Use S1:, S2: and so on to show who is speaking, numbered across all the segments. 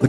S1: The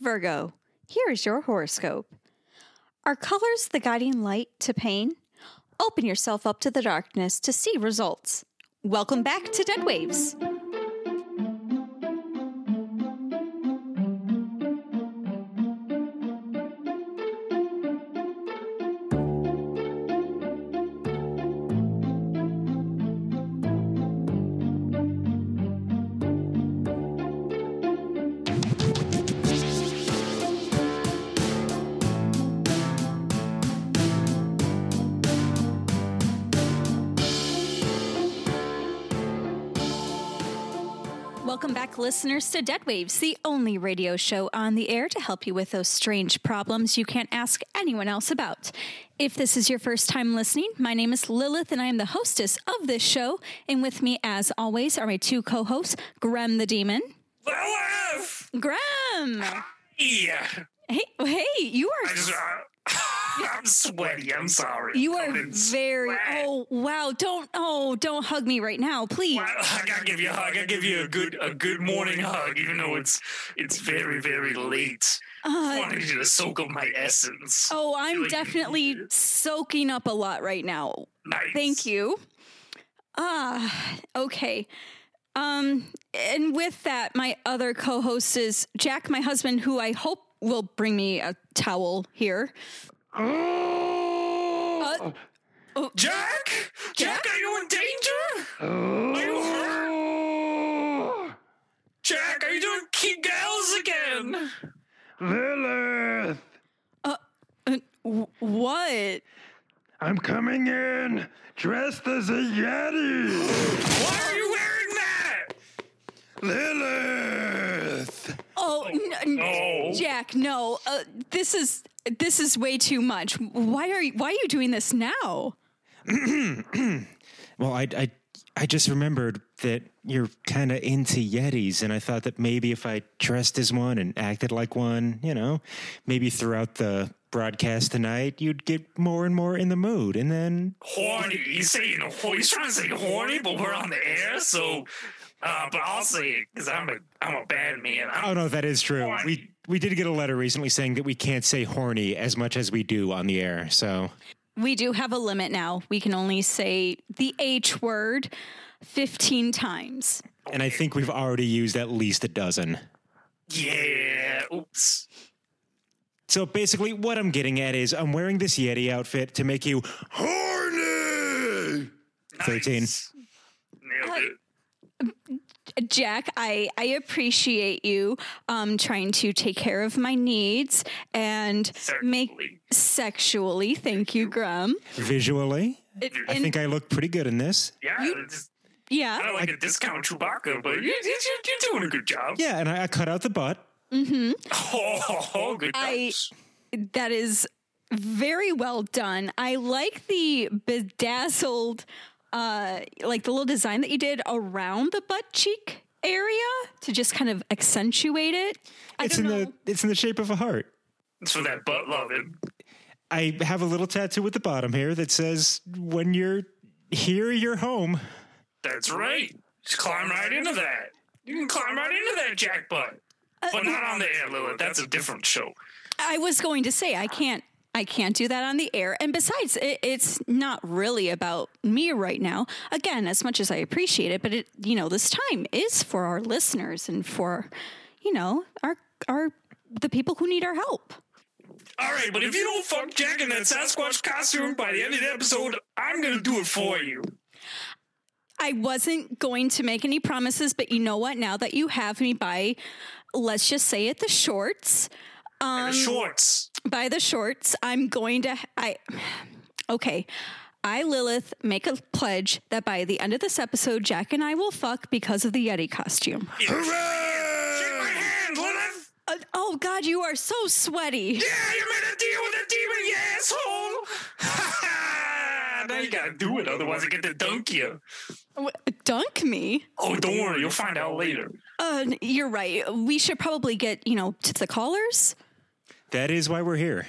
S2: Virgo, here is your horoscope. Are colors the guiding light to pain? Open yourself up to the darkness to see results. Welcome back to Dead Waves. Welcome back, listeners, to Dead Waves, the only radio show on the air to help you with those strange problems you can't ask anyone else about. If this is your first time listening, my name is Lilith and I am the hostess of this show. And with me, as always, are my two co hosts, Grem the Demon. Grem!
S3: Yeah.
S2: Hey, hey, you
S3: I
S2: are.
S3: just, uh, I'm sweaty. I'm sorry.
S2: You are
S3: I'm in
S2: very.
S3: sweat.
S2: Oh, wow. Don't. Oh, don't hug me right now, please.
S3: Well, I gotta give you a hug. I give you a good a good morning hug, even though it's it's very very late. I
S2: Uh,
S3: wanted you to soak up my essence.
S2: oh, I'm
S3: Like-
S2: definitely soaking up a lot right now.
S3: nice.
S2: Thank you. Ah, okay. Um, and with that, my other co-host is Jack, my husband, who I hope will bring me a towel here.
S3: Oh.
S2: Uh,
S3: Jack. Jack,
S2: Jack?
S3: are you in danger? Are you hurt? Jack, are you doing Kegels again?
S4: Lilith,
S2: uh, w- what?
S4: I'm coming in dressed as a Yeti.
S3: Why are you wearing that?
S4: Lilith,
S2: Oh, n- n-
S3: no.
S2: Jack, no. Uh, this is this is way too much. Why are you, why are you doing this now?
S5: Well, I, I, I just remembered that you're kind of into Yetis, and I thought that maybe if I dressed as one and acted like one, you know, maybe throughout the broadcast tonight, you'd get more and more in the mood. And then,
S3: horny. He's saying ho- he's trying to say horny, but we're on the air, so. Uh, but I'll say it because I'm a I'm a bad man.
S5: oh
S3: I'm,
S5: no, that is true. We we did get a letter recently saying that we can't say horny as much as we do on the air. So
S2: We do have a limit now. We can only say the H word 15 times.
S5: and I think we've already used at least a dozen.
S3: yeah. Oops.
S5: So basically, what I'm getting at is I'm wearing this Yeti outfit to make you horny. 13.
S3: Nice. Nailed it.
S2: Jack, I, I appreciate you um, trying to take care of my needs and make
S3: Certainly.
S2: sexually. Thank you, Grum.
S5: Visually,
S2: It-
S5: I
S2: and-
S5: think I look pretty good in this.
S3: Yeah.
S2: you-
S3: it's- I
S2: yeah.
S3: don't like a discount Chewbacca, but you, you, you- you're doing a good job.
S5: Yeah, and I, I cut out the butt.
S2: hmm
S3: Oh, good
S2: I-
S3: touch.
S2: That is very well done. I like the bedazzled, uh, like the little design that you did around the butt cheek area to just kind of accentuate it. I
S5: It's
S2: don't
S5: in
S2: know.
S5: the it's in the shape of a heart.
S3: It's for that butt loving.
S5: I have a little tattoo at the bottom here that says, "When you're here, you're home."
S3: That's right. Just climb right into that. You can climb right into that jackpot,
S2: Uh,
S3: but not on the air, Lilith. That's a different show.
S2: I was going to say I can't I can't do that on the air. And besides, it, it's not really about me right now. Again, as much as I appreciate it, but it you know this time is for our listeners and for you know our our the people who need our help.
S3: All right, but if you don't fuck Jack in that Sasquatch costume by the end of the episode, I'm gonna do it for you.
S2: I wasn't going to make any promises, but you know what? Now that you have me by, let's just say it, the shorts,
S3: The shorts.
S2: by the shorts, I'm going to, I, okay. I, Lilith, make a pledge that by the end of this episode, Jack and I will fuck because of the Yeti costume.
S3: Shake my hand, Lilith.
S2: Uh, oh, God, you are so sweaty.
S3: Yeah, you made a deal with the demon, you asshole. now you gotta do it, otherwise I get to dunk you.
S2: W- Dunk me.
S3: Oh, don't worry, you'll find out later.
S2: Uh, n- you're right. We should probably get, you know, to the callers.
S5: That is why we're here.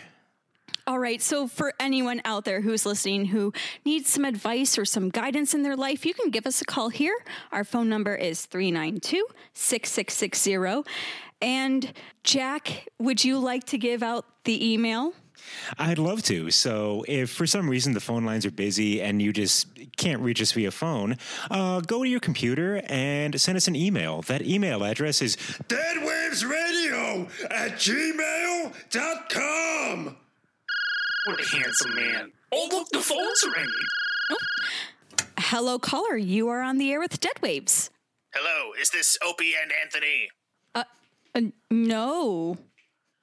S2: All right. So, for anyone out there who's listening who needs some advice or some guidance in their life, you can give us a call here. Our phone number is 392 6660. And, Jack, would you like to give out the email?
S5: I'd love to. So, if for some reason the phone lines are busy and you just can't reach us via phone, uh, go to your computer and send us an email. That email address is
S4: Deadwavesradio at gmail.com.
S3: What a handsome man. Oh, look, the phone's ringing.
S2: Hello, caller. You are on the air with Dead Waves.
S6: Hello, is this Opie and Anthony?
S2: Uh, no.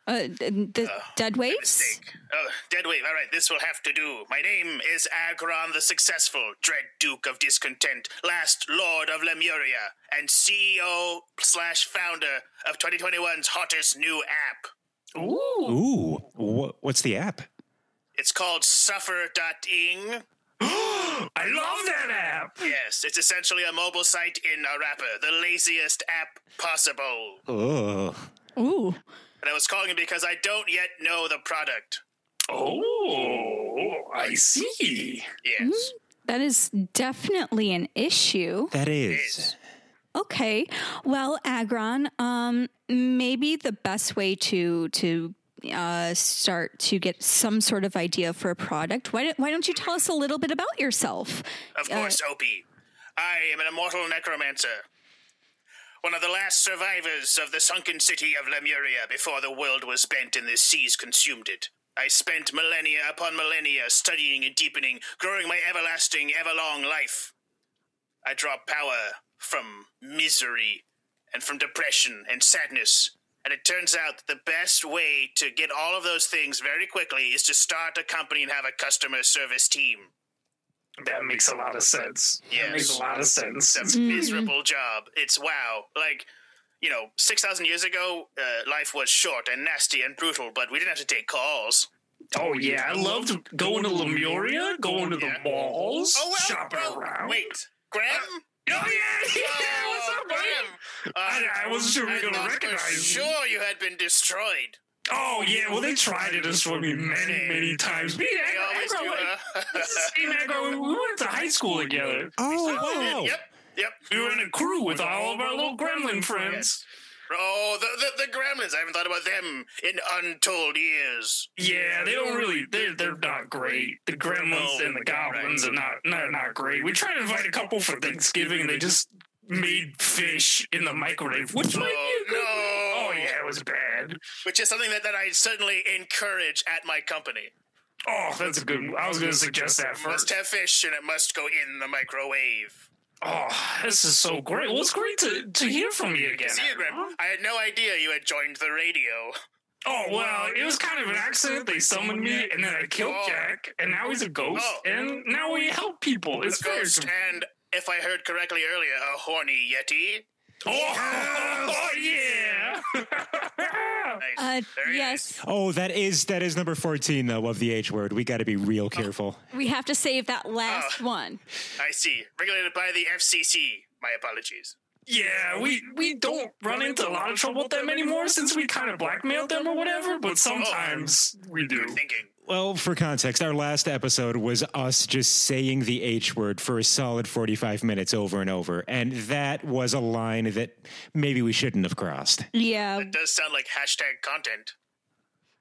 S2: Uh, d- the Dead Waves?
S6: Mistake. Oh, Deadwave, all right, this will have to do. My name is Agron the Successful, Dread Duke of Discontent, last Lord of Lemuria, and CEO slash founder of 2021's hottest new app.
S3: Ooh.
S5: ooh. Wh- what's the app?
S6: It's called Suffer.ing.
S3: I love that app.
S6: Yes, it's essentially a mobile site in a wrapper, the laziest app possible.
S5: Oh,
S2: Ooh.
S6: And I was calling because I don't yet know the product.
S3: Oh, I see.
S6: Yes.
S2: That is definitely an issue.
S5: that is.
S6: Yes.
S2: Okay. Well, Agron, um, maybe the best way to to uh, start to get some sort of idea for a product. Why don't, why don't you tell us a little bit about yourself?
S6: Of course, Opie. I am an immortal necromancer. One of the last survivors of the sunken city of Lemuria before the world was bent and the seas consumed it. I spent millennia upon millennia studying and deepening, growing my everlasting, everlong life. I draw power from misery and from depression and sadness. And it turns out that the best way to get all of those things very quickly is to start a company and have a customer service team.
S3: That makes a lot of sense.
S6: Yes.
S3: That makes a lot of sense.
S6: It's a miserable job. It's wow. Like, you know, 6,000 years ago, uh, life was short and nasty and brutal, but we didn't have to take calls.
S3: Oh, yeah. I loved going to Lemuria, going to the
S6: Yeah.
S3: malls, shopping
S6: oh,
S3: around.
S6: Wait, Graham?
S3: Oh, yeah. yeah. What's
S6: Oh,
S3: up, buddy?
S6: Graham.
S3: I- I wasn't sure we were
S6: I
S3: gonna
S6: thought for
S3: recognize you.
S6: sure you had been destroyed.
S3: Oh, yeah. Well, they tried to destroy me many, many times. Me and
S6: They always
S3: Agro,
S6: do, uh,
S3: Agro,
S6: huh?
S3: This is the same Agro. We went to high school together.
S5: Oh, wow.
S6: Yep, yep.
S3: We were in a crew with all of our little gremlin friends.
S6: Yes. Oh, the, the, the gremlins. I haven't thought about them in untold years.
S3: Yeah, they don't really. They're they're not great. The gremlins
S6: No,
S3: and the goblins are not not not great. We tried to invite a couple for Thanksgiving. They just made fish in the microwave, which might be a good-
S6: Oh,
S3: Oh
S6: no.
S3: yeah, it was bad.
S6: Which is something that, that I certainly encourage at my company.
S3: Oh, that's a good. I was gonna suggest that
S6: Must
S3: first.
S6: have fish and it must go in the microwave.
S3: Oh, this is so great. Well, it's great to to hear from you again.
S6: See you, Graham. I had no idea you had joined the radio.
S3: Oh well, it was kind of an accident. They summoned me, and then I killed
S6: Oh.
S3: Jack, and now he's a ghost,
S6: Oh.
S3: and now we help people. It's very
S6: Ghost
S3: com-
S6: and, if I heard correctly earlier, a horny yeti.
S3: Oh, oh, yeah.
S2: Uh,
S6: Nice. Very
S2: yes,
S5: Oh, that is that is number fourteen though of the H word. We got to be real careful.
S2: we have to save that last one.
S6: nice. I see. Regulated by the FCC. My apologies.
S3: Yeah, we we don't run into a lot of trouble with them anymore since we kind of blackmailed them or whatever, but sometimes we do.
S6: Good thinking.
S5: Well, for context, our last episode was us just saying the H word for a solid 45 minutes over and over. And that was a line that maybe we shouldn't have crossed.
S2: Yeah,
S6: It does sound like hashtag content.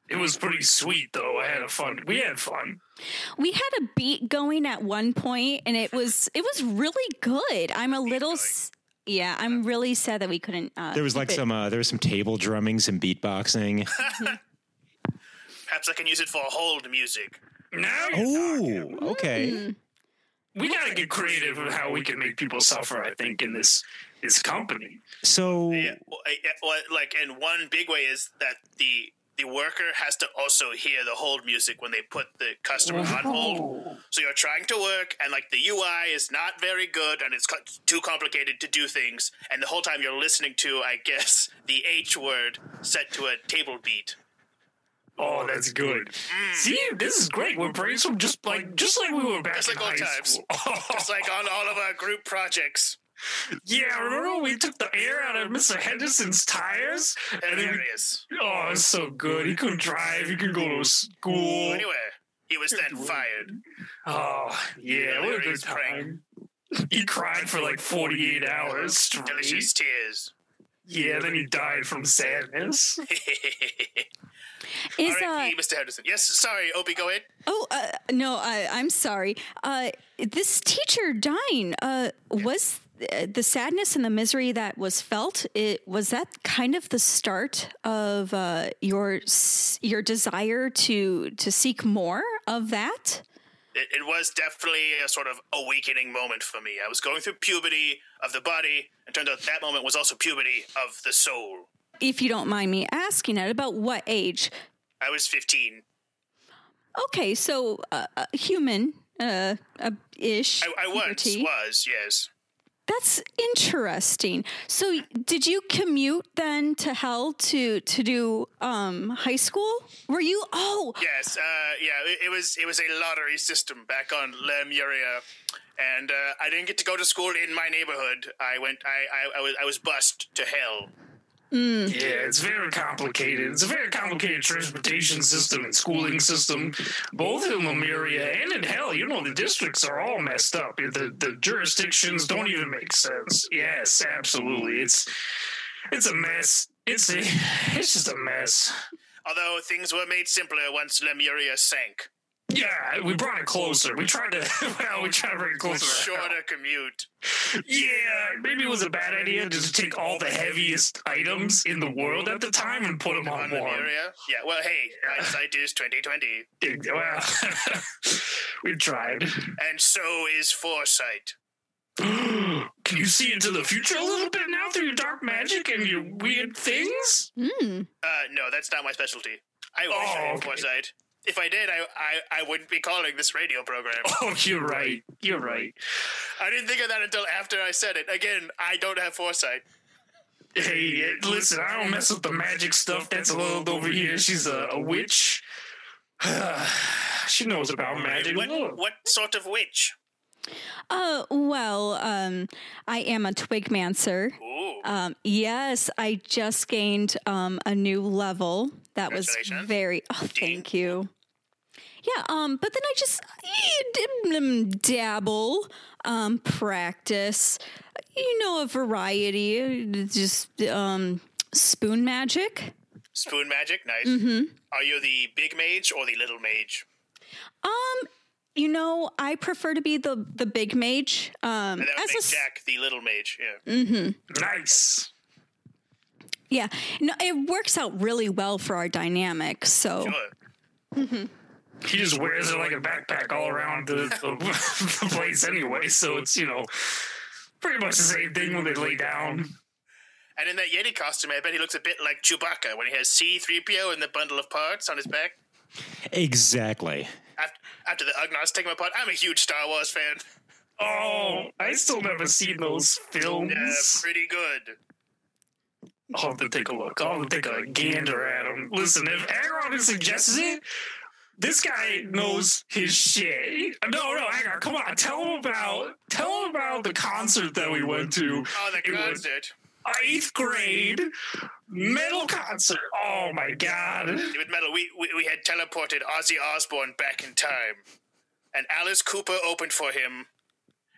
S3: It was pretty sweet though. I had a fun. We had fun.
S2: we had a beat going at one point, and it was it was really good. I'm a little, s- yeah, I'm really sad that we couldn't. Uh,
S5: There was like
S2: keep it-
S5: some uh, there was some table drumming, some beatboxing.
S6: Perhaps I can use it for hold music.
S3: Now you're talking.
S5: Oh, okay.
S3: we gotta get creative with how we can make people suffer. I think in this this company.
S5: So
S6: Yeah, well, I- yeah, well, like, and one big way is that the the worker has to also hear the hold music when they put the customer on hold. So you're trying to work, and like the UI is not very good, and it's co- too complicated to do things. And the whole time you're listening to, I guess, the H word set to a table beat.
S3: Oh, that's good. See, this is great. We're brainstorming just like just like we were back
S6: Just
S3: in
S6: like old
S3: high
S6: times.
S3: school.
S6: It's like on all of our group projects.
S3: yeah, remember when we took the air out of Mister Henderson's tires, and then
S6: Hilarious.
S3: we, oh, it's so good. He couldn't drive. He couldn't go to school.
S6: Anyway, he was then fired.
S3: Oh, yeah, what a good
S6: Hilarious prank.
S3: time. He cried for like 48 hours straight.
S6: Delicious tears.
S3: Yeah, then he died from sadness.
S6: All
S2: Is
S6: right,
S2: uh
S6: Mr. Henderson. Yes, sorry, Opie, go ahead.
S2: oh uh, no, I, I'm sorry. Uh, this teacher dying uh was uh, the sadness and the misery that was felt. It was that kind of the start of uh your s- your desire to to seek more of that.
S6: it, it was definitely a sort of awakening moment for me. I was going through puberty of the body, and turned out that moment was also puberty of the soul.
S2: If you don't mind me asking, at about what age?
S6: I was 15.
S2: Okay, so uh, uh, human uh, uh, ish.
S6: I, I once
S2: puberty.
S6: was, yes.
S2: That's interesting. So, did you commute then to hell to to do um, high school? Were you? Oh,
S6: Yes, uh, yeah, it, it was it was a lottery system back on Lemuria. And uh, I didn't get to go to school in my neighborhood. I went. I, I, I was. I was bussed to hell.
S3: Yeah, it's very complicated. It's a very complicated transportation system and schooling system, both in Lemuria and in hell. You know, the districts are all messed up. The, the jurisdictions don't even make sense. Yes, absolutely. It's it's a mess. It's a, it's just a mess.
S6: Although things were made simpler once Lemuria sank.
S3: Yeah, we brought it closer. We tried to, well, we tried to bring it closer. to hell.
S6: Shorter commute.
S3: Yeah, maybe it was a bad idea just to take all the heaviest items in the world at the time and put them on
S6: on
S3: one.
S6: Lemuria. Yeah. Well, hey, hindsight is twenty twenty.
S3: Well, we tried.
S6: And so is foresight.
S3: Can you see into the future a little bit now through your dark magic and your weird things?
S2: mm,
S6: Uh, no, that's not my specialty. I wish I
S3: Oh,
S6: had
S3: okay.
S6: foresight. If I did, I, I, I wouldn't be calling this radio program.
S3: Oh, you're right. You're right.
S6: I didn't think of that until after I said it. Again, I don't have foresight.
S3: Hey, eh, listen, I don't mess with the magic stuff that's allowed over here. She's a, a witch. she knows about magic.
S6: What,
S3: Look.
S6: what sort of witch?
S2: uh, well, um, I am a twigmancer.
S6: Ooh,
S2: Um, yes, I just gained um, a new level. That was
S6: Congratulations.
S2: very. Oh, thank you. Yeah, um, but then I just eh, dim- dim- dabble, um, practice, you know, a variety, just um, spoon magic.
S6: spoon magic, nice.
S2: Mm-hmm.
S6: Are you the big mage or the little mage?
S2: Um, you know, I prefer to be the the big mage. Um,
S6: And that would
S2: as a
S6: make
S2: s- Mm.
S6: Jack the little mage. Yeah.
S3: Nice.
S2: yeah, no, it works out really well for our dynamic. So.
S6: Sure.
S3: he just wears it like a backpack all around the, the, the place anyway. So it's you know pretty much the same thing when they lay down.
S6: And in that Yeti costume, I bet he looks a bit like Chewbacca when he has C-3PO and the bundle of parts on his back.
S5: exactly.
S6: After, after the Ugnaughts take him apart, I'm a huge Star Wars fan.
S3: Oh, I still never seen those
S6: Yeah,
S3: films.
S6: pretty good.
S3: I'll have to take a look. I'll have to take a gander at them. Listen, if Aaron suggests it, this guy knows his shit. No, no, hang on. Come on, tell him about tell him about the concert that we went to.
S6: Oh, the
S3: It was-
S6: concert.
S3: Eighth grade metal concert. Oh my god.
S6: With metal, we, we, we had teleported Ozzy Osbourne back in time. And Alice Cooper opened for him.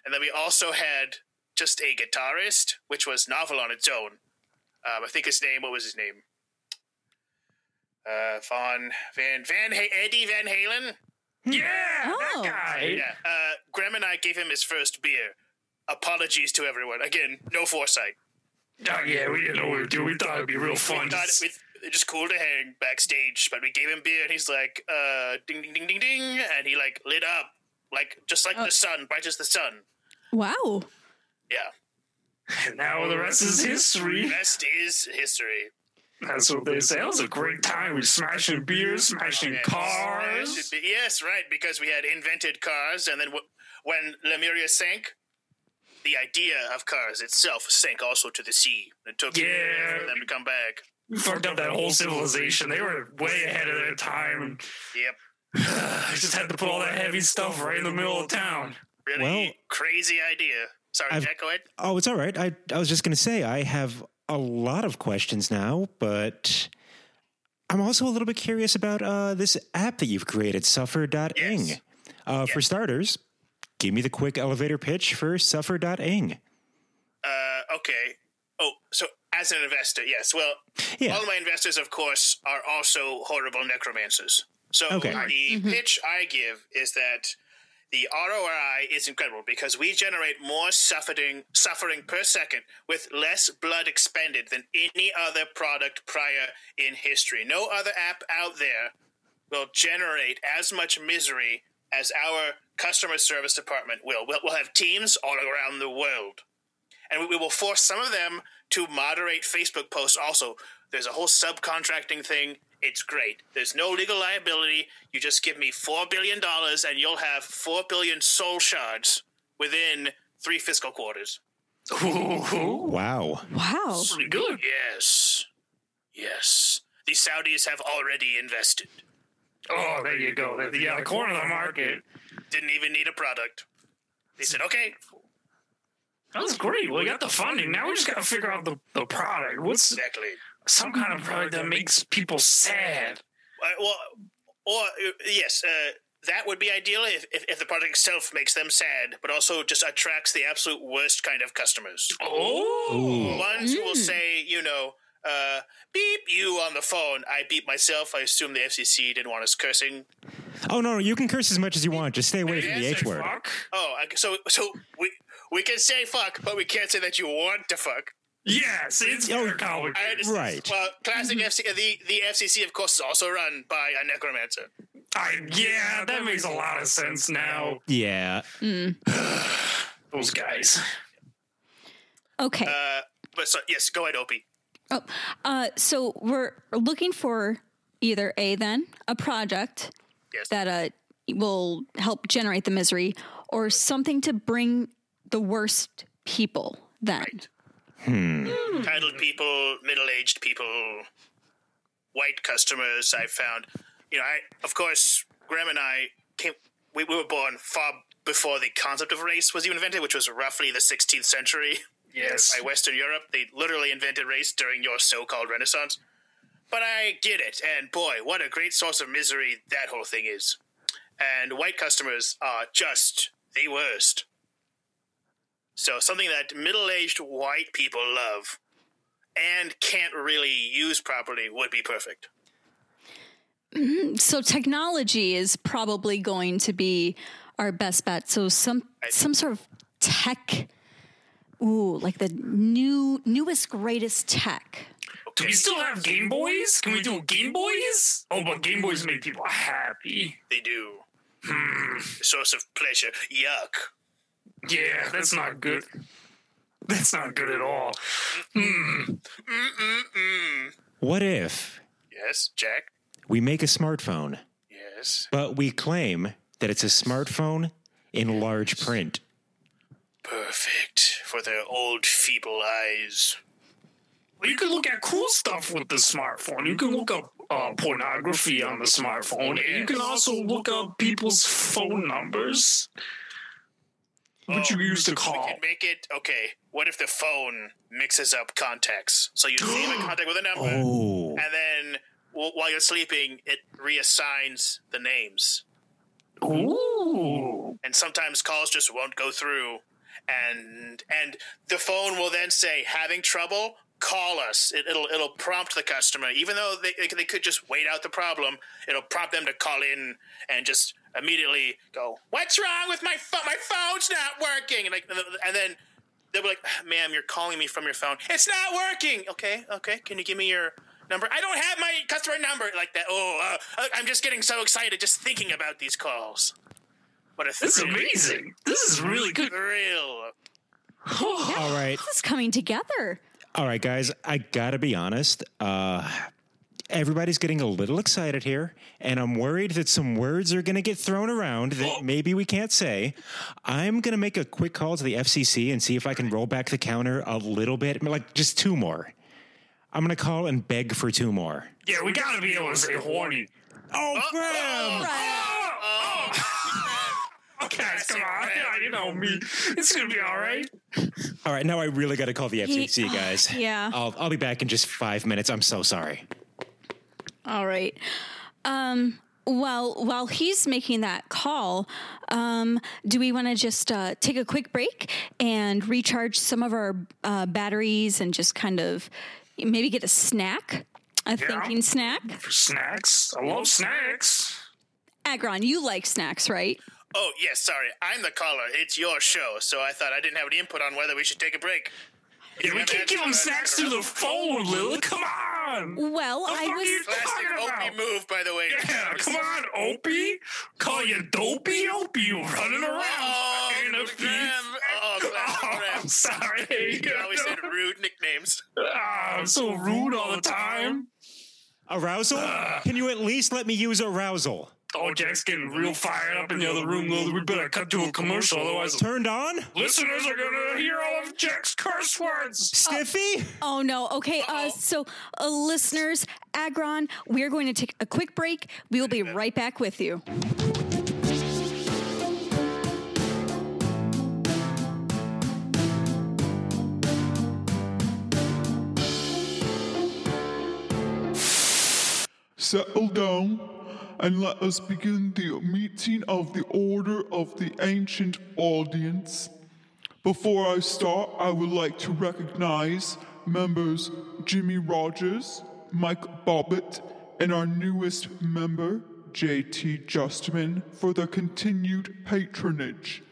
S6: And then we also had just a guitarist, which was novel on its own. Um, I think his name, what was his name? Uh, Von, Van, Van, ha- Eddie Van Halen?
S3: Yeah,
S2: Oh.
S3: that guy.
S6: Yeah. Uh, Graham and I gave him his first beer. Apologies to everyone. Again, no foresight.
S3: Oh, yeah, we didn't know what we were doing. We thought it'd be real
S6: We
S3: fun.
S6: thought,
S3: Just-
S6: we, They're just cool to hang backstage, but we gave him beer and he's like, uh, ding, ding, ding, ding, ding. And he like lit up, like just
S5: Oh.
S6: like the sun, bright as the sun.
S2: Wow.
S6: Yeah.
S3: And now the rest is history.
S6: Rest is history.
S3: That's what they say. That was a great time. We smashing beers, smashing
S6: Yes.
S3: cars.
S6: Yes, it- Yes, right, because we had invented cars, and then w- when Lemuria sank, the idea of cars itself sank also to the sea. It took
S3: Yeah.
S6: for them to come back.
S3: We fucked up that whole civilization. They were way ahead of their time.
S6: Yep.
S3: I just had to put all that heavy stuff right in the middle of town.
S6: Really
S5: Well-
S6: crazy idea. Sorry,
S5: I've-
S6: Jack, go ahead.
S5: Oh, it's all right. I, I was just going to say, I have a lot of questions now, but I'm also a little bit curious about uh, this app that you've created, suffer.ing.
S6: Yes.
S5: Uh, For starters, give me the quick elevator pitch for suffer.ing.
S6: Uh, okay. Oh, so as an investor, yes. Well,
S5: Yeah.
S6: all my investors, of course, are also horrible necromancers. So
S5: Okay.
S6: the pitch I give is that the ROI is incredible because we generate more suffering suffering per second with less blood expended than any other product prior in history. No other app out there will generate as much misery as our customer service department will. We'll, we'll have teams all around the world and we, we will force some of them to moderate Facebook posts. Also, there's a whole subcontracting thing. It's great. There's no legal liability. You just give me four billion dollars, and you'll have four billion soul shards within three fiscal quarters.
S3: Ooh,
S5: Wow.
S2: Wow.
S3: pretty good.
S6: Yes, yes. The Saudis have already invested.
S3: Oh, there you go. They're the, yeah, the corner of the market.
S6: Didn't even need a product. They said, "Okay,
S3: That was great. Well, we got the funding. Now we just got to figure out the, the product. What's
S6: exactly."
S3: some kind of product that makes people sad?
S6: Uh, well, or uh, yes, uh, that would be ideal if, if, if the product itself makes them sad, but also just attracts the absolute worst kind of customers.
S3: Oh,
S6: Ones who will say, you know, uh, beep you on the phone. I beep myself. I assume the FCC didn't want us cursing.
S5: Oh, no, no, you can curse as much as you want. Just stay away from the H word.
S3: Fuck.
S6: Oh, I, so so we we can say fuck, but we can't say that you want to fuck.
S3: Yes, it's
S5: Oh,
S3: very complicated.
S6: I understand.
S5: Right.
S6: Well, classic FCC. The the FCC, of course, is also run by a necromancer.
S3: I, yeah, that makes a lot of sense now.
S5: Yeah.
S3: Those guys.
S2: Okay.
S6: Uh, but so yes, go ahead, Opie.
S2: Oh, uh, so we're looking for either a then a project
S6: Yes.
S2: that uh, will help generate the misery, or something to bring the worst people. Then
S6: titled people, middle-aged people, white customers. I found, you know, I of course, Graham and I came. We, we were born far before the concept of race was even invented, which was roughly the 16th century
S3: Yes.
S6: by Western Europe. They literally invented race during your so-called Renaissance. But I get it, and boy, what a great source of misery that whole thing is. And white customers are just the worst. So something that middle-aged white people love and can't really use properly would be perfect.
S2: so technology is probably going to be our best bet. So some some sort of tech. Ooh, like the new newest greatest tech.
S3: Do we still have Game Boys? Can we do Game Boys? Oh, but Game Boys make people happy.
S6: They do. Hmm. Source of pleasure. Yuck.
S3: Yeah, that's not good. That's not good at all.
S5: What if
S6: Yes, Jack.
S5: we make a smartphone,
S6: Yes.
S5: but we claim that it's a smartphone in large print?
S6: Perfect for their old feeble eyes.
S3: Well, You can look at cool stuff with the smartphone. You can look up uh, pornography on the smartphone. And you can also look up people's phone numbers. What you use to call.
S6: Could make it okay. What if the phone mixes up contacts? So you name a contact with a number,
S5: Oh.
S6: and then w- while you're sleeping, it reassigns the names.
S3: Ooh.
S6: And sometimes calls just won't go through, and and the phone will then say, "Having trouble." Call us. It, it'll it'll prompt the customer, even though they they could- they could just wait out the problem. It'll prompt them to call in and just immediately go, "What's wrong with my phone? My phone's not working!" And like, and then they'll be like, "Ma'am, you're calling me from your phone. It's not working." Okay, okay. Can you give me your number. I don't have my customer number like that. Oh, uh, I'm just getting so excited just thinking about these calls. What a
S3: This is
S6: thrill.
S3: amazing. This is really good.
S6: Thrill.
S5: All right.
S2: This is coming together.
S5: All right, guys, I gotta be honest. Uh, everybody's getting a little excited here, and I'm worried that some words are gonna get thrown around that maybe we can't say. I'm gonna make a quick call to the FCC and see if I can roll back the counter a little bit, like just two more. I'm gonna call and beg for two more.
S3: Yeah, we gotta be able to say horny.
S5: Oh,
S6: Graham!
S3: Oh! Okay, come on. Yeah, you Oh! know me. It's gonna be all right.
S5: All right, now I really gotta call the
S2: He-
S5: FCC, guys.
S2: Yeah.
S5: I'll, I'll be back in just five minutes. I'm so sorry.
S2: All right. Um, well, while he's making that call, um, do we want to just uh, take a quick break and recharge some of our uh, batteries and just kind of maybe get a snack, a thinking snack?
S3: For snacks. I love snacks.
S2: Agron, you like snacks, right?
S6: Oh, yes, sorry. I'm the caller. It's your show, so I thought I didn't have any input on whether we should take a break.
S3: Yeah, we can't give them snacks through the phone, Lily. Come on.
S2: Well, I
S3: fuck
S2: was.
S3: you-
S6: Classic
S3: Talking about-
S6: Opie move, by the way.
S3: Yeah, come on, Opie. Call you dopey Opie. You're running around.
S6: Oh,
S3: in a
S6: Graham.
S3: piece.
S6: Oh, Graham, Graham.
S3: I'm sorry.
S6: You always said rude nicknames.
S3: Ah, I'm so rude all the time.
S5: Arousal? Can you at least let me use arousal?
S3: Oh, Jack's getting real fired up in the other room, Lily. We better cut to a commercial, otherwise the
S5: Turned on?
S3: listeners are gonna hear all of Jack's curse words.
S5: Stiffy?
S2: Oh no. Okay. Uh, so, uh, listeners, Agron, we're going to take a quick break. We will be right back with you.
S7: Settle down and let us begin the meeting of the Order of the Ancient Audience. Before I start, I would like to recognize members Jimmy Rogers, Mike Bobbitt, and our newest member, JT Justman, for their continued patronage.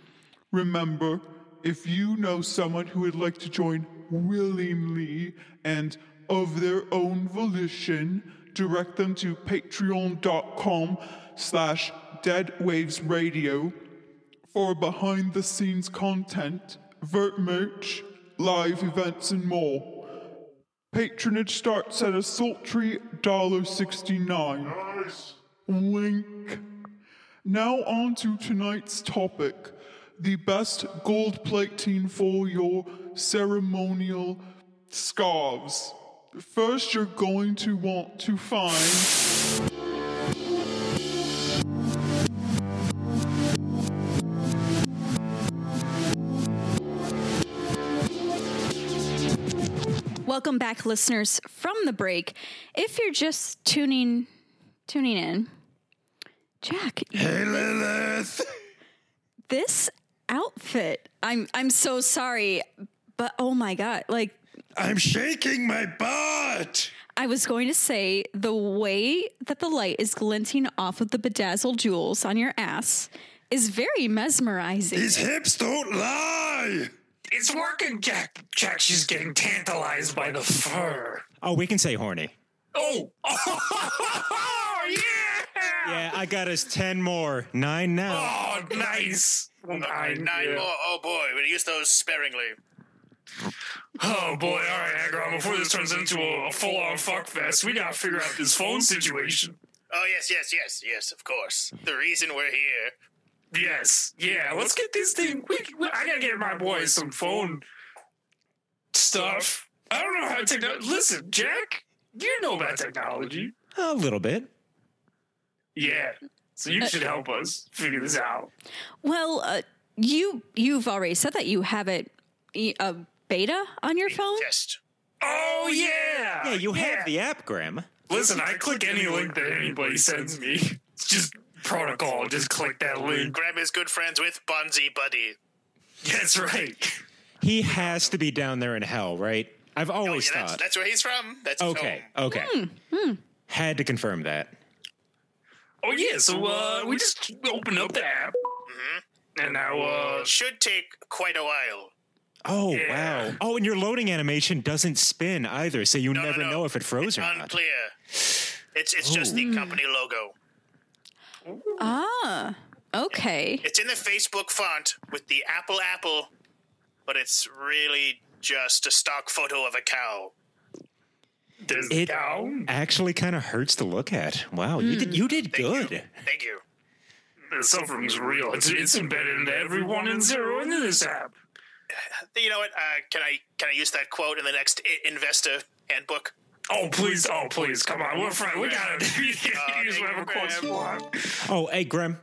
S7: Remember, if you know someone who would like to join willingly and of their own volition, direct them to patreon.com slash Dead Waves Radio for behind the scenes content, vert merch, live events, and more. Patronage starts at a sultry $1.69. Wink. Now on to tonight's topic the best gold plating for your ceremonial scarves. First, you're going to want to find.
S2: Welcome back, listeners, from the break. If you're just tuning tuning in, Jack,
S4: Hey, Lilith!
S2: this outfit. I'm I'm so sorry, but oh my god! Like
S4: I'm shaking my butt!
S2: I was going to say, the way that the light is glinting off of the bedazzled jewels on your ass is very mesmerizing.
S4: These hips don't lie!
S3: It's working, Jack. Jack, she's getting tantalized by the fur.
S5: Oh, we can say horny.
S3: Oh, oh yeah.
S5: Yeah, I got us 10 more. Nine now.
S3: Oh, nice. Nine,
S6: Nine
S3: yeah.
S6: more. Oh, boy. We use those sparingly.
S3: Oh boy! All right, Agron. Before this turns into a, a full-on fuck fest, we gotta figure out this phone situation.
S6: Oh, yes, yes, yes, yes, of course. The reason we're here.
S3: Yes. Yeah. Let's get this thing. We, we- I gotta get my boy some phone stuff. I don't know how to take that. Listen, Jack. You know about technology.
S5: A little bit.
S3: Yeah. So you should help us figure this out.
S2: Well, uh, you you've already said that you have it e- a beta on your phone.
S6: Test.
S3: Oh yeah.
S5: Yeah, you have the app, Graham.
S3: Listen, I click any link that anybody sends me. It's just protocol. Just click that link.
S6: Graham is good friends with Bonzi Buddy.
S3: That's right.
S5: He has to be down there in hell, right? I've
S6: Oh,
S5: always
S6: yeah, that's,
S5: thought.
S6: that's where he's from. That's his
S5: okay,
S6: home.
S5: okay. Had to confirm that.
S3: Oh yeah. So uh, we just opened up the app, and now uh,
S6: Should take quite a while.
S5: Oh
S3: Yeah.
S5: wow! Oh, and your loading animation doesn't spin either, so you
S6: No, no,
S5: never
S6: no.
S5: know if it froze
S6: it's
S5: or not.
S6: unclear. It's it's just the company logo.
S2: Ah, okay.
S6: It's in the Facebook font with the apple apple, but it's really just a stock photo of a cow.
S3: Does
S5: It-
S3: it, cow?
S5: Actually, kind of hurts to look at. Wow, you did you did
S6: Thank
S5: good.
S6: You. Thank you.
S3: The suffering's real. It's, it's embedded into every one and zero in this app.
S6: You know what? Uh, can I can I use that quote in the next I- investor handbook?
S3: Oh please! Oh please! Come on, we're friends. We gotta use whatever quotes Oh, you want.
S5: Oh, hey, Grim.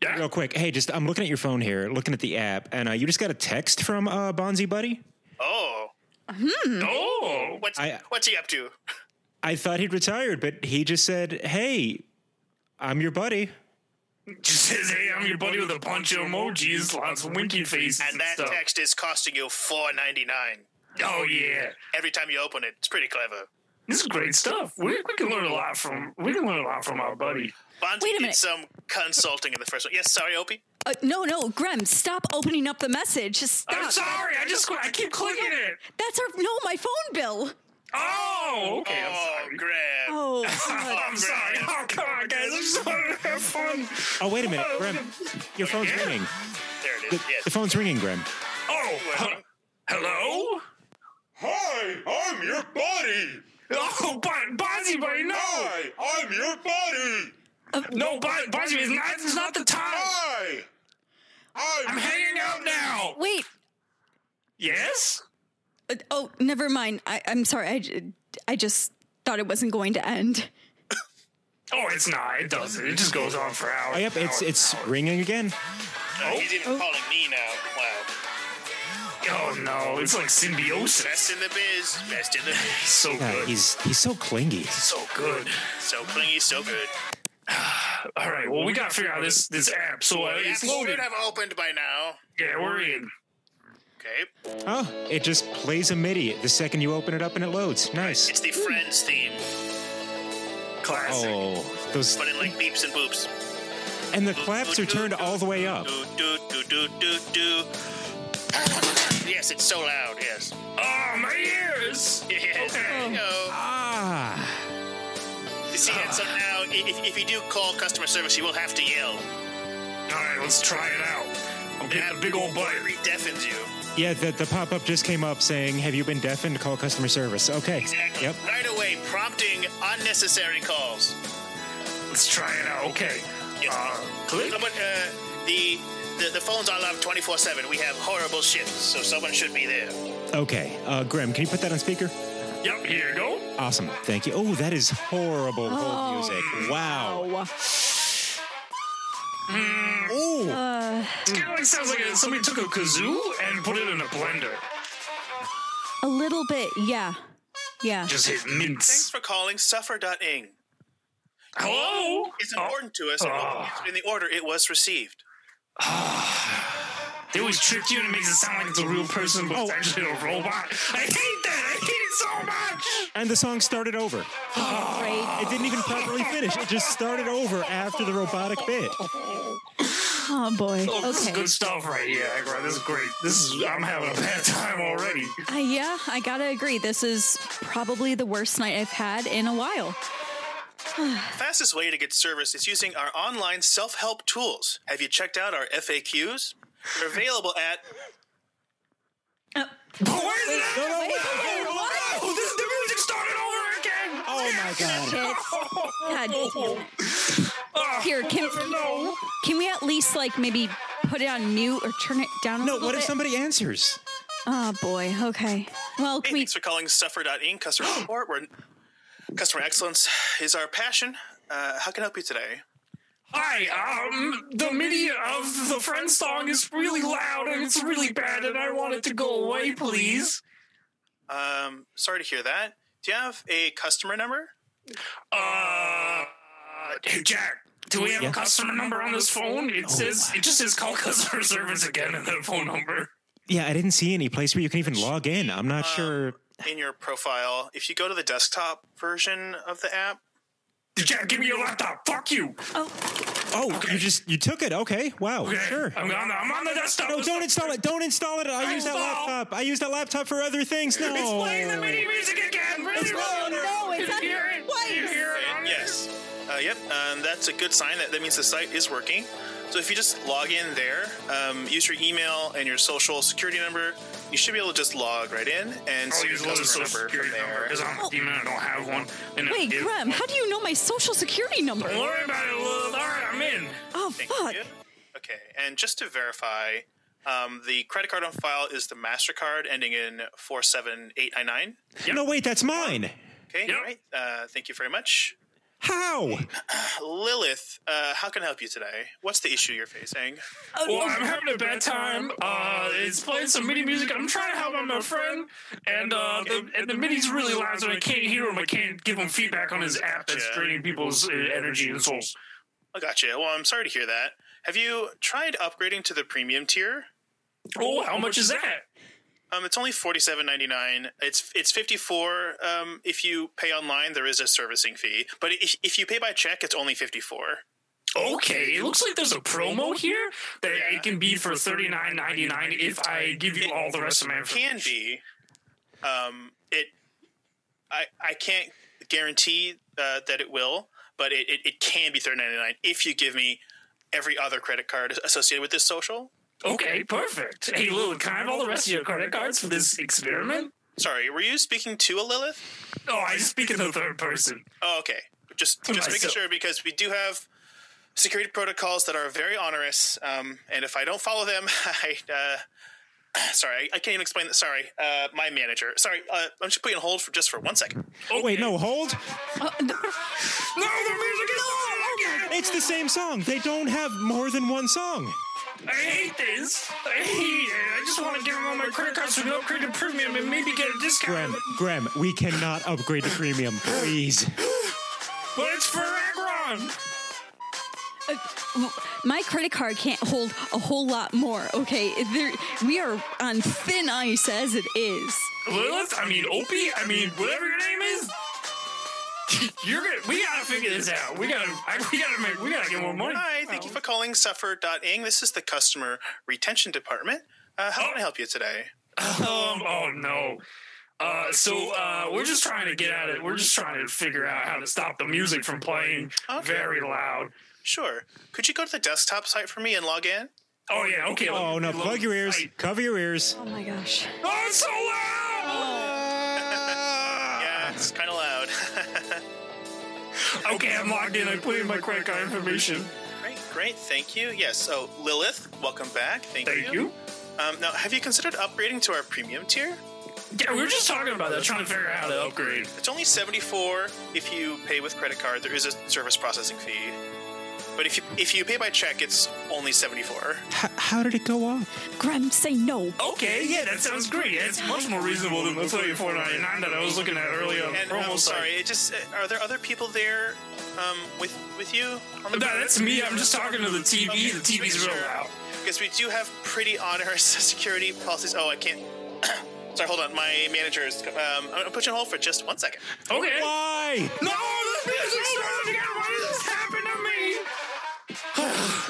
S3: Yeah.
S5: Real quick, hey, just I'm looking at your phone here, looking at the app, and uh, you just got a text from uh, Bonzi Buddy.
S6: Oh,
S3: Oh,
S6: what's
S5: I-
S6: what's he up to?
S5: I thought he'd retired, but he just said, "Hey, I'm your buddy."
S3: just says, "Hey, I'm your buddy with a bunch of emojis, lots of winky faces and,
S6: And that
S3: stuff."
S6: text is costing you four ninety nine
S3: Oh yeah,
S6: every time you open it. It's pretty clever.
S3: this is great stuff. We, we can learn a lot from we can learn a lot from our buddy.
S6: Bonzi
S2: Wait a
S6: did
S2: minute.
S6: some consulting in the first one. Yes, sorry, Opie.
S2: Uh, no, no, Grem, stop opening up the message. Just Stop.
S3: I'm sorry, I just I keep clicking it.
S2: That's our no, my phone bill.
S3: Oh, okay, I'm
S6: oh,
S3: sorry.
S6: Graham.
S2: Oh,
S3: Oh,
S2: God.
S3: I'm sorry. Oh, come on, guys. I just wanted to have fun.
S5: Oh, wait a minute, Grim. Your phone's
S3: Yeah.
S5: ringing.
S6: There it is.
S5: The
S6: Yes.
S5: phone's ringing, Grim.
S3: Oh, he- hello?
S4: Hi, I'm your buddy.
S3: Oh, Bon- Bonzi, buddy, no. Uh,
S4: Hi, I'm your buddy.
S3: No, Bon- Bonzi, it's not, it's not the time.
S4: Hi. I'm,
S3: I'm hanging out now.
S2: wait.
S3: Yes?
S2: Uh, oh, never mind. I, I'm sorry. I, j- I just thought it wasn't going to end.
S3: Oh, it's not. It doesn't. It just goes on for hours.
S5: Oh, yep, it's
S3: hours,
S5: it's
S3: hours.
S5: ringing again.
S6: Oh, he's even calling me now. Wow.
S3: Oh, no. It's like symbiosis.
S6: Best in the biz. Best in the biz.
S3: So
S5: God,
S3: good.
S5: Uh, he's he's so clingy.
S3: So good.
S6: So clingy, so good.
S3: All right. Well, we gotta figure out this this app. So uh,
S5: Oh,
S6: The app
S3: it's loaded.
S6: should have opened by now.
S3: Yeah, we're in.
S6: Okay.
S5: Oh, it just plays a MIDI the second you open it up and it loads. Nice.
S6: It's the Friends theme,
S3: Classic.
S5: Oh, those
S6: but in like beeps and boops.
S5: and the claps are turned all the way up.
S6: Do, do, do, do, do, do. Yes, it's so loud, yes.
S3: Oh, my ears!
S6: Yes.
S3: Okay.
S6: No.
S5: Ah,
S6: You see, and so now, i- if, if you do call customer service, you will have to yell.
S3: All right, let's try it out. I'm getting a big old bite.
S6: It deafens you.
S5: yeah. The, the pop up just came up saying, "Have you been deafened? Call customer service." Okay.
S6: Exactly.
S5: Yep.
S6: Right away, prompting unnecessary calls.
S3: Let's try it out. Okay.
S6: Yes.
S3: Uh, click.
S6: Someone, uh, the, the the phones are live twenty four seven. We have horrible shifts, so someone should be there.
S5: Okay. Uh, Grim, can you put that on speaker?
S3: Yep, here you go.
S5: Awesome. Thank you. Oh, that is horrible hold music. Oh. Wow.
S2: Oh,
S5: Oh.
S6: Hmm.
S3: It's kind of like sounds like somebody took a kazoo and put it in a blender.
S2: a little bit. Yeah, yeah.
S3: Just hit
S6: Thanks
S3: mince.
S6: for calling Suffer.ing.
S3: Hello?
S6: It's important to us. and we'll answer In the order it was received.
S3: Oh, They always trick you and it makes it sound like it's a real person,
S6: Oh.
S3: but it's actually a robot. I hate that. I hate it so much.
S5: and the song started over.
S2: Great.
S5: It didn't even properly finish. It just started over after the robotic bit.
S2: Oh boy.
S3: Oh, this is
S2: Okay.
S3: good stuff right here. Akron. This is great. This is, I'm having a bad time already.
S2: Uh, yeah, I gotta agree. This is probably the worst night I've had in a while.
S6: Fastest way to get service is using our online self help tools. Have you checked out our FAQs? They're available at
S3: But where's it at?
S5: No, no,
S3: Oh, this, the music started over again.
S5: Oh my god.
S2: It's- God damn it. Here, can
S3: No.
S2: can we at least like maybe put it on mute or turn it down a
S5: No,
S2: little
S5: what
S2: bit?
S5: if somebody answers?
S2: Oh boy. Okay. Well,
S6: Hey,
S2: can we?
S6: thanks for calling Suffer.inc customer support. We're, customer excellence is our passion. Uh, how can I help you today?
S3: Hi, um, the MIDI of the friend song is really loud and it's really bad, and I want it to go away, please.
S6: Um, sorry to hear that. Do you have a customer number?
S3: Uh, hey Jack, do we have
S5: Yeah.
S3: a customer number on this phone? It says it just says call customer service again and then phone number.
S5: Yeah, I didn't see any place where you can even log in. I'm not sure.
S6: In your profile, if you go to the desktop version of the app,
S3: Jack, give me your laptop. Fuck. Fuck you.
S5: Oh, you just you took it. Okay. Wow.
S3: Okay.
S5: Sure.
S3: I'm on the, I'm on the desktop.
S5: No, don't install it. Don't install it. I,
S3: I
S5: use that
S3: will.
S5: laptop. I use that laptop for other things. No.
S3: It's playing the mini music again. It's
S2: playing- no, it's
S3: you
S2: on
S3: hear
S2: your
S3: it?
S2: place.
S3: You hear it?
S6: Uh,
S3: on your-
S6: yes. Uh, yep. Um, that's a good sign. That, that means the site is working. So if you just log in there, um, use your email and your social security number, you should be able to just log right in and
S3: I'll
S6: see your
S3: use a little
S6: customer
S3: social
S6: number from
S3: security number
S6: there.
S3: because I'm a demon. I don't have one. And
S2: Wait,
S3: it-
S2: Graham, how do you know my social security number?
S3: Don't worry about it, Lilith. All right, I'm in.
S2: Oh,
S6: Thank
S2: fuck.
S6: you. Okay. And just to verify, um, the credit card on file is the Mastercard ending in four seven eight nine nine.
S5: No, wait, that's mine.
S6: Okay.
S3: Yep.
S6: All right. Uh, thank you very much,
S5: How?
S6: Lilith. Uh, how can I help you today? What's the issue you're facing?
S3: Well, I'm having a bad time. Uh, it's playing some mini music. I'm trying to help out my friend, and uh, the, and the mini's really loud, so I can't hear him. I can't give him feedback on his app that's draining people's uh, energy and souls.
S6: I gotcha. Well, I'm sorry to hear that. Have you tried upgrading to the premium tier?
S3: Oh, how much is that?
S6: Um, it's only forty seven ninety nine. It's it's fifty four. Um, if you pay online, there is a servicing fee, but if, if you pay by check, it's only fifty four.
S3: Okay, it looks like there's a promo here that it can be for thirty nine ninety nine if I give you all the rest of my information.
S6: Can be. Um, it. I I can't guarantee uh, that it will, but it, it, it can be thirty ninety nine if you give me every other credit card associated with this social.
S3: Okay, perfect. Hey, Lil, can I have all the rest of your credit cards for this experiment?
S6: Sorry, were you speaking to a Lilith?
S3: Oh, I speak in the third person.
S6: Oh, okay. Just just making
S3: Myself.
S6: sure because we do have security protocols that are very onerous, um, and if I don't follow them, I. Uh, Sorry, I I can't even explain that. Sorry, uh, my manager. Sorry, uh, I'm just putting on hold for just for one second.
S5: Oh, wait, no, hold.
S2: Oh,
S3: No, the music is loud again.
S5: It's the same song. They don't have more than one song.
S3: I hate this. I hate it. I just want to give him all my credit cards for the upgraded premium and maybe get a discount.
S5: Graham, Graham, we cannot upgrade to premium, please.
S3: But it's for Agron.
S2: My credit card can't hold a whole lot more, okay? There, we are on thin ice as it is.
S3: Lilith, I mean Opie, I mean whatever your name is. You're gonna. We gotta figure this out. We gotta. I, we gotta make. We gotta get more money.
S6: Hi, thank you for calling Suffer.ing. This is the customer retention department. Uh, how can I help you today?
S3: Um, oh no. Uh, so uh, we're just trying to get at it. We're just trying to figure out how to stop the music from playing
S6: Okay.
S3: very loud.
S6: Sure. Could you go to the desktop site for me and log in?
S3: Oh yeah. Okay. let
S5: Oh,
S3: me
S5: no,
S3: reload
S5: plug your
S3: the
S5: ears.
S3: site.
S5: Cover your ears.
S2: Oh my gosh.
S3: Oh, it's so loud.
S6: Yeah, it's kind of loud.
S3: Okay, I'm logged in. I put in my credit card information.
S6: great, great. Thank you. Yes. So, Lilith, welcome back. Thank,
S3: Thank you.
S6: Um, now, have you considered upgrading to our premium tier?
S3: Yeah, we were just talking about that, trying to figure out how to upgrade.
S6: It's only 74 if you pay with credit card. There is a service processing fee. But if you, if you pay by check, it's only 74.
S5: H- how did it go up?
S2: Graham, say no.
S3: Okay, yeah, that sounds great. It's much more reasonable than the thirty-four ninety-nine that I was looking at earlier. on the
S6: And
S3: promo
S6: I'm
S3: site.
S6: sorry, it just uh, are there other people there um, with with you? On
S3: No, that's me. I'm just talking to the TV.
S6: Okay,
S3: the TV's
S6: sure.
S3: real loud.
S6: Because we do have pretty onerous security policies. Oh, I can't. sorry, hold on. My manager is. Um, I'm gonna put you on hold for just one second.
S3: Okay.
S5: Why?
S3: No, this music's starting again. Why does this happen to me? Uh,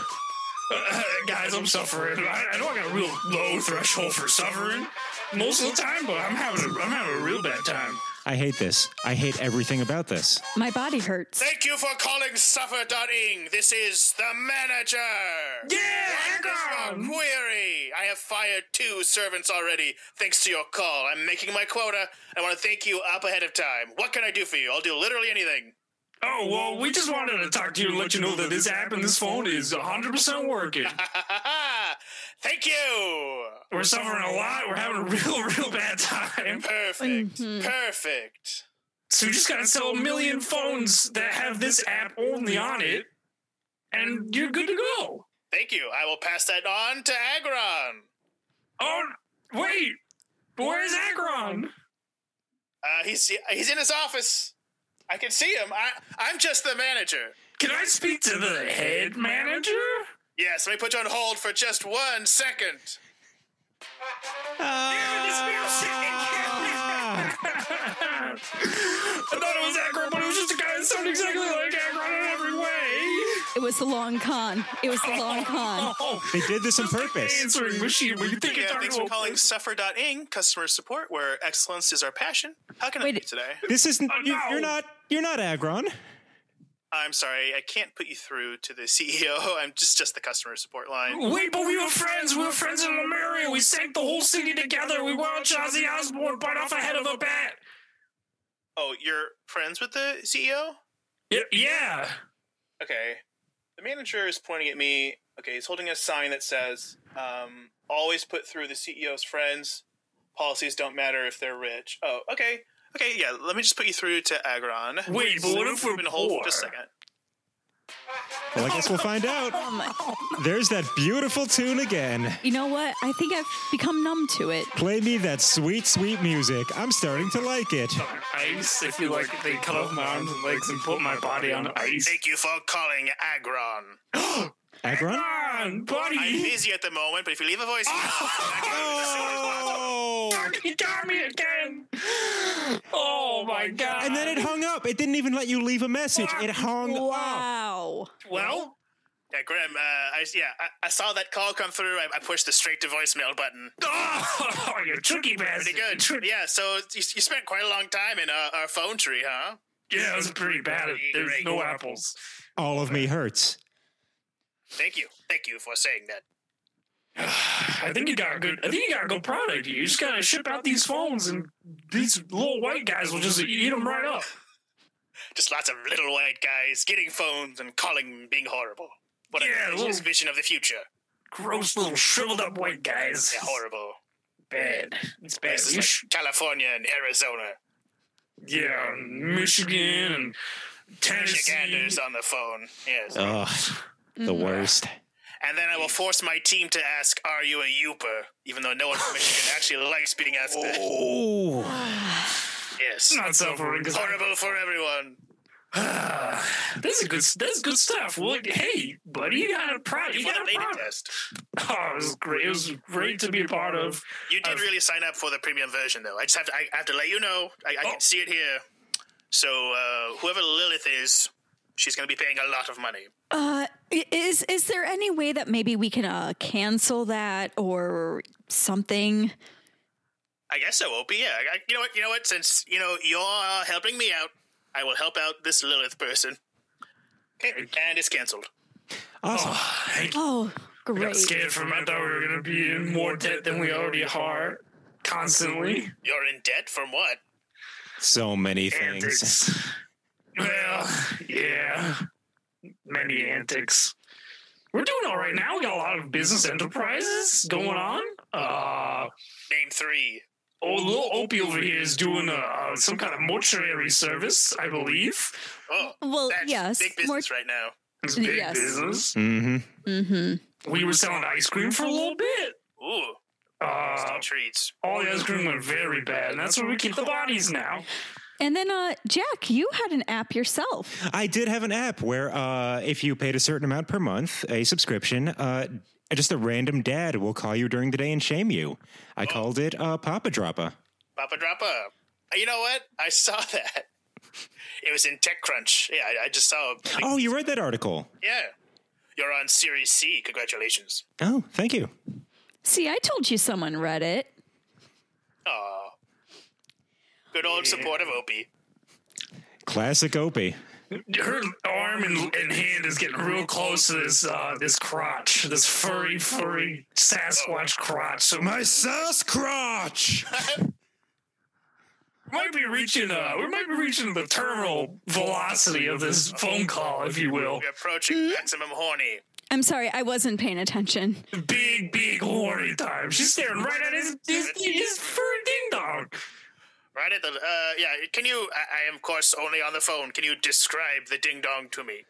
S3: Guys, I'm suffering. I, I know I got a real low threshold for suffering most of the time, but I'm having a, I'm having a real bad time.
S5: I hate this. I hate everything about this.
S2: My body hurts.
S6: Thank you for calling Suffer.ing. This is the manager.
S3: Yeah,
S6: That is
S3: Agron.
S6: your query. I have fired two servants already thanks to your call. I'm making my quota. I want to thank you up ahead of time. What can I do for you? I'll do literally anything.
S3: Oh well, we just wanted to talk to you and let you know that this app and this phone is 100% working.
S6: Thank you.
S3: We're suffering a lot. We're having a real, real bad time.
S6: Perfect. Perfect.
S3: So you just gotta sell a million phones that have this app only on it, and you're good to go.
S6: Thank you. I will pass that on to Agron.
S3: Oh wait, where's Agron?
S6: Uh, he's he's in his office. I can see him. I I'm just the manager.
S3: Can I speak to the head manager?
S6: Yes, let me put you on hold for just one second.
S5: Ah,
S6: Uh,
S3: I thought it was Agron, but it was just a guy that sounded exactly like Agron in every way.
S2: It was the long con. It was the long con.
S5: They did this on
S3: Just like
S5: purpose.
S3: Answering machine. When you think you're
S6: Oh, Yeah,
S3: talking
S6: thanks for
S3: about
S6: calling Suffer.ing, customer support, where excellence is our passion. How can I
S2: Wait.
S6: help you today?
S5: This isn't.
S3: Oh,
S5: you,
S3: no.
S5: You're not. You're not Agron.
S6: I'm sorry, I can't put you through to the CEO. I'm just just the customer support line.
S3: Wait, but we were friends. We were friends in Lemuria. We sank the whole city together. We watched Ozzy Osbourne bite off a head of a bat.
S6: Oh, you're friends with the CEO?
S3: Y- yeah.
S6: Okay. The manager is pointing at me. Okay, he's holding a sign that says, um, always put through the CEO's friends. Policies don't matter if they're rich. Oh, okay. Okay, yeah, let me just put you through to Agron.
S3: Wait, but what if we're
S6: Been hold for
S3: poor?
S6: just a second.
S5: Well, I guess we'll find
S2: Oh,
S5: out. There's that beautiful tune again.
S2: You know what? I think I've become numb to it.
S5: Play me that sweet, sweet music. I'm starting to like it.
S3: Ice. If you like, they cut off my arms and legs and put my body on ice.
S6: Thank you for calling Agron.
S5: Agron.
S3: on, buddy.
S6: I'm busy at the moment, but if you leave a voice,
S5: Oh.
S3: He got me again. Oh my god.
S5: And then it hung up. It didn't even let you leave a message. It hung up.
S2: Wow.
S3: well,
S6: yeah, Grim. Uh, I, yeah, I, I saw that call come through. I, I pushed the straight to voicemail button.
S3: oh, you tricky bastard.
S6: Pretty good.
S3: Tricky-
S6: Yeah, so you, you spent quite a long time in uh, our phone tree, huh?
S3: Yeah, it was pretty bad. There's
S6: Great.
S3: no apples.
S5: All of me hurts.
S6: Thank you. Thank you for saying that.
S3: I think you got a good. I think you got a good product. here. You just gotta ship out these phones, and these little white guys will just eat them right up.
S6: Just lots of little white guys getting phones and calling and being horrible. What
S3: Yeah,
S6: a delicious
S3: little-
S6: vision of the future.
S3: Gross little shriveled up white guys.
S6: They're horrible.
S3: Bad. It's bad.
S6: Places
S3: You
S6: like
S3: sh-
S6: California and Arizona.
S3: yeah, Michigan and Tennessee.
S6: Michiganders on the phone. Yes.
S5: Ugh, the worst.
S6: And then I will force my team to ask, "Are you a youper?" Even though no one from Michigan actually likes being asked. that.
S5: Oh,
S6: Yes.
S3: It's not suffering. 'cause I-
S6: Horrible for everyone.
S3: This is good. That's good stuff. Well, hey, buddy, you got a product.
S6: You
S3: You
S6: won a
S3: got a
S6: lady
S3: product.
S6: test.
S3: Oh, it was great. It was great to be a part of.
S6: You did
S3: I've-
S6: really sign up for the premium version, though. I just have to. I, I have to let you know. I, I
S3: Oh.
S6: can see it here. So uh, whoever Lilith is, she's going to be paying a lot of money.
S2: Uh, i- is is there any way that maybe we can uh, cancel that or something?
S6: I guess so, Opie. Yeah. I, you know what? You know what? Since you know you're uh, helping me out, I will help out this Lilith person. Okay. And it's canceled.
S5: awesome.
S2: Oh,
S3: Got
S2: great.
S3: scared from. I thought we were gonna be in more debt than we already are. Constantly.
S6: You're in debt from what?
S5: So many things.
S3: Antics. Well, yeah. Many antics. We're doing all right now. We got a lot of business enterprises going on. Uh,
S6: Name three.
S3: oh, little Opie over here is doing uh, some kind of mortuary service, I believe.
S6: Oh,
S2: Well,
S6: that's
S2: yes.
S6: big business right now.
S3: It's big
S2: Yes.
S3: business.
S5: Mm-hmm.
S2: mm-hmm.
S3: We were selling ice cream for a little bit.
S6: Ooh,
S3: Uh,
S6: treats.
S3: all the ice cream went very bad, and that's where we keep the bodies now.
S2: And then, uh, Jack, you had an app yourself.
S5: I did have an app where uh, if you paid a certain amount per month, a subscription, uh, just a random dad will call you during the day and shame you. I called it uh, Papa Droppa.
S6: Papa Droppa. You know what? I saw that. It was in TechCrunch. Yeah, I, I just saw. a big-
S5: Oh, you read that article.
S6: Yeah. You're on Series C. Congratulations.
S5: Oh, thank you.
S2: See, I told you someone read it.
S6: Aw. Good old support of Opie.
S5: Classic Opie.
S3: Her arm and, and hand is getting real close to this uh, this crotch, this furry, furry Sasquatch crotch. So
S4: My sauce crotch!
S3: we might be reaching uh, we might be reaching the terminal velocity of this phone call, if you will.
S6: You're
S2: Hmm?
S6: approaching maximum horny.
S2: I'm sorry, I wasn't paying attention.
S3: Big, big horny time. She's staring right at his his, his furry ding dong.
S6: Right at the. Uh, yeah. Can you? I, I am, of course, only on the phone. Can you describe the ding dong to me?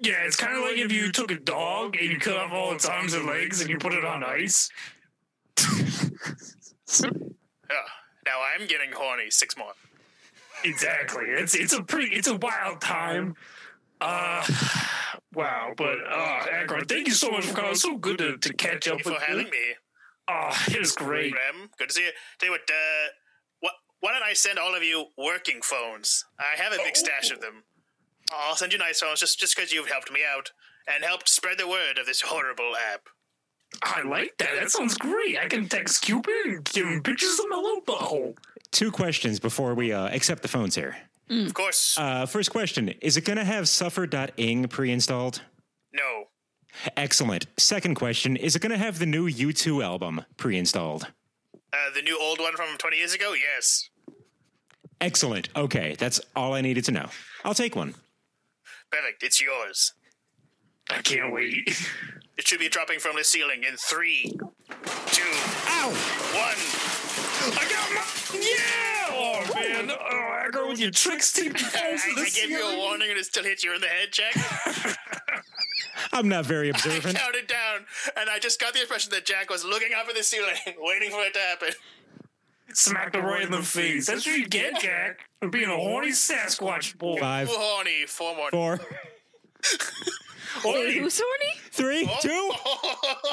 S3: Yeah, it's kind of like if you took a dog and you cut off all its arms and legs and you put it on ice.
S6: Yeah. Uh, Now I'm getting horny. Six more.
S3: Exactly. It's it's a pretty it's a wild time. Uh wow, but uh Akron, thank you so much for calling. It's so good to, to catch up
S6: Thank you
S3: with
S6: for having
S3: you.
S6: me.
S3: Oh, it was great.
S6: Graham, good to see you. Tell you what, uh, what, why don't I send all of you working
S3: Oh.
S6: phones? I have a big stash of them. I'll send you nice phones just just because you've helped me out. and helped spread the word of this horrible app.
S3: I like that. That sounds great. I can text Cupid and give him pictures of my little butthole.
S5: Two questions before we uh, accept the phones here.
S3: Hmm.
S6: Of course,
S5: Uh, first question Is it going to have suffer.ing pre installed?
S6: no.
S5: Excellent. Second question Is it going to have the new U2 album pre installed?
S6: Uh, the new old one from 20 years ago? Yes.
S5: Excellent. Okay, that's all I needed to know. I'll take one.
S6: Perfect. It's yours.
S3: I can't wait.
S6: It should be dropping from the ceiling in three, two,
S5: Ow!
S6: one.
S3: I got my yeah. Oh man, oh, I go with your tricks team.
S6: I, I gave you a warning and it still hit you in the head, Jack.
S5: I'm not very
S6: I
S5: observant.
S6: counted down, and I just got the impression that Jack was looking up at the ceiling, waiting for it to happen.
S3: Smack the right in the face. That's what you get, Jack, for being a horny Sasquatch boy.
S5: Five,
S6: Too horny, four more.
S5: four,
S3: Horny.
S2: Who's horny?
S5: three, two.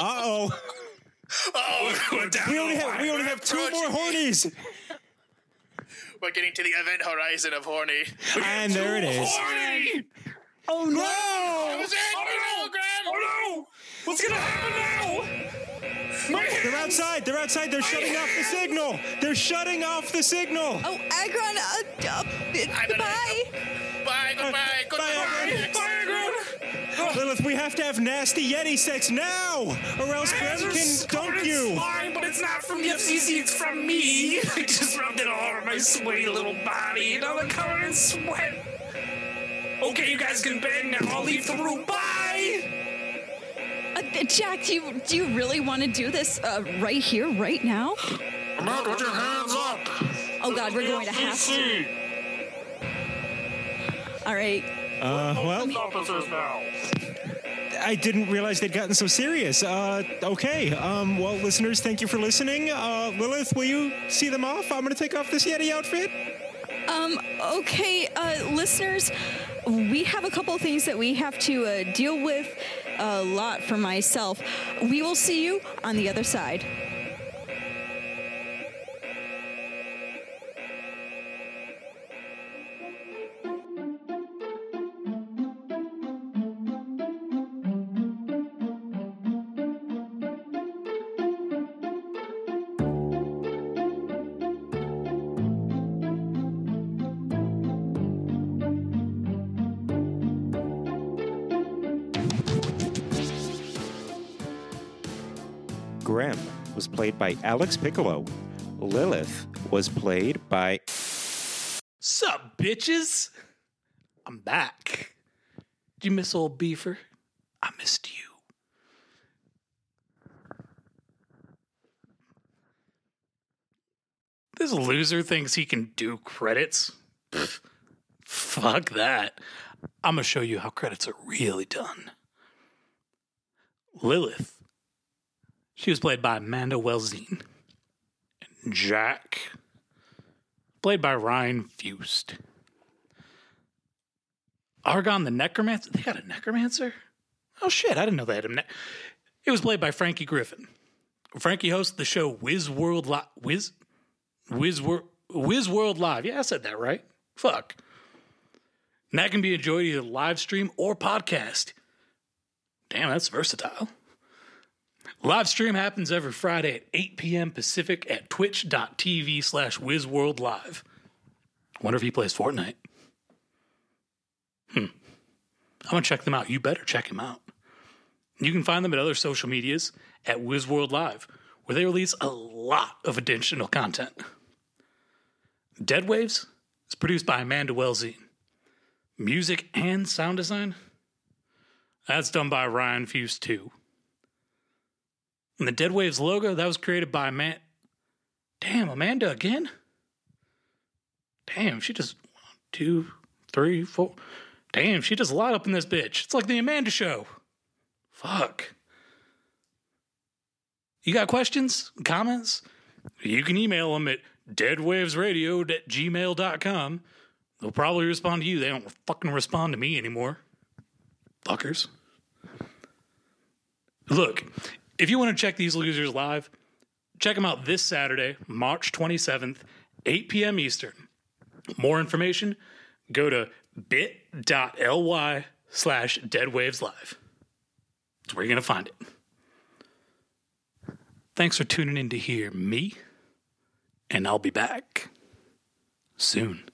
S5: Uh oh.
S3: We're down
S5: We only
S3: to
S5: have we only have two more hornies.
S6: We're getting to the event horizon of horny.
S5: And there it is.
S3: Horny.
S5: Oh no!
S6: Was it?
S3: Oh no! Oh no! What's gonna happen now? My
S5: They're
S3: hands.
S5: outside. They're outside. They're shutting off the signal. They're shutting off the signal.
S8: Oh, Agron, uh, uh,
S6: I better-
S8: bye.
S6: Bye, goodbye,
S5: Bye,
S6: goodbye.
S5: everyone. Lilith, we have to have nasty Yeti sex now, or else Grem can dunk you.
S3: Fine, but it's not from the FCC. It's from me. I just rubbed it all over my sweaty little body. Now they're covered in sweat. Okay, you guys can bang now. I'll leave the room. Bye.
S2: Uh, th- Jack, do you, do you really want to do this uh, right here, right now?
S3: Come on, put your hands up.
S2: Oh, God, we're going to have to. All right.
S5: Uh, well,
S3: Officers now.
S5: I didn't realize they'd gotten so serious. Uh, okay. Um, well, listeners, thank you for listening. Uh, Lilith, will you see them off? I'm gonna take off this Yeti outfit.
S2: Um, okay, uh, listeners, we have a couple of things that we have to uh, deal with a lot for myself. We will see you on the other side.
S5: Graham was played by Alex Piccolo. Lilith was played by
S9: Sup, bitches? I'm back. Did you miss old Beaver? I missed you. This loser thinks he can do credits? Pfft, fuck that. I'm going to show you how credits are really done. Lilith. She was played by Amanda Welzine. And Jack played by Ryan Fust. Argon the Necromancer. They got a Necromancer? Oh shit, I didn't know they had a ne- It was played by Frankie Griffin. Frankie hosted the show Wiz World Live. Wiz? Wiz, Wor- Wiz World Live. Yeah, I said that right. Fuck. And that can be enjoyed either live stream or podcast. Damn, that's versatile. Live stream happens every Friday at 8 p.m. Pacific at twitch.tv slash WizWorldLive. Wonder if he plays Fortnite. Hmm. I'm going to check them out. You better check him out. You can find them at other social medias at WizWorld Live, where they release a lot of additional content. Dead Waves is produced by Amanda Welzine. Music and sound design? That's done by Ryan Fuse too. And the Dead Waves logo, that was created by Man. Damn, Amanda again? Damn, she just one, two, three, four. Damn, she does a lot up in this bitch. It's like the Amanda show. Fuck. You got questions? Comments? You can email them at deadwavesradio at gmail.com. They'll probably respond to you. They don't fucking respond to me anymore. Fuckers. Look, if you want to check these losers live, check them out this Saturday, March 27th, 8 p.m. Eastern. More information, go to bit.ly slash deadwaveslive. That's where you're going to find it. Thanks for tuning in to hear me, and I'll be back soon.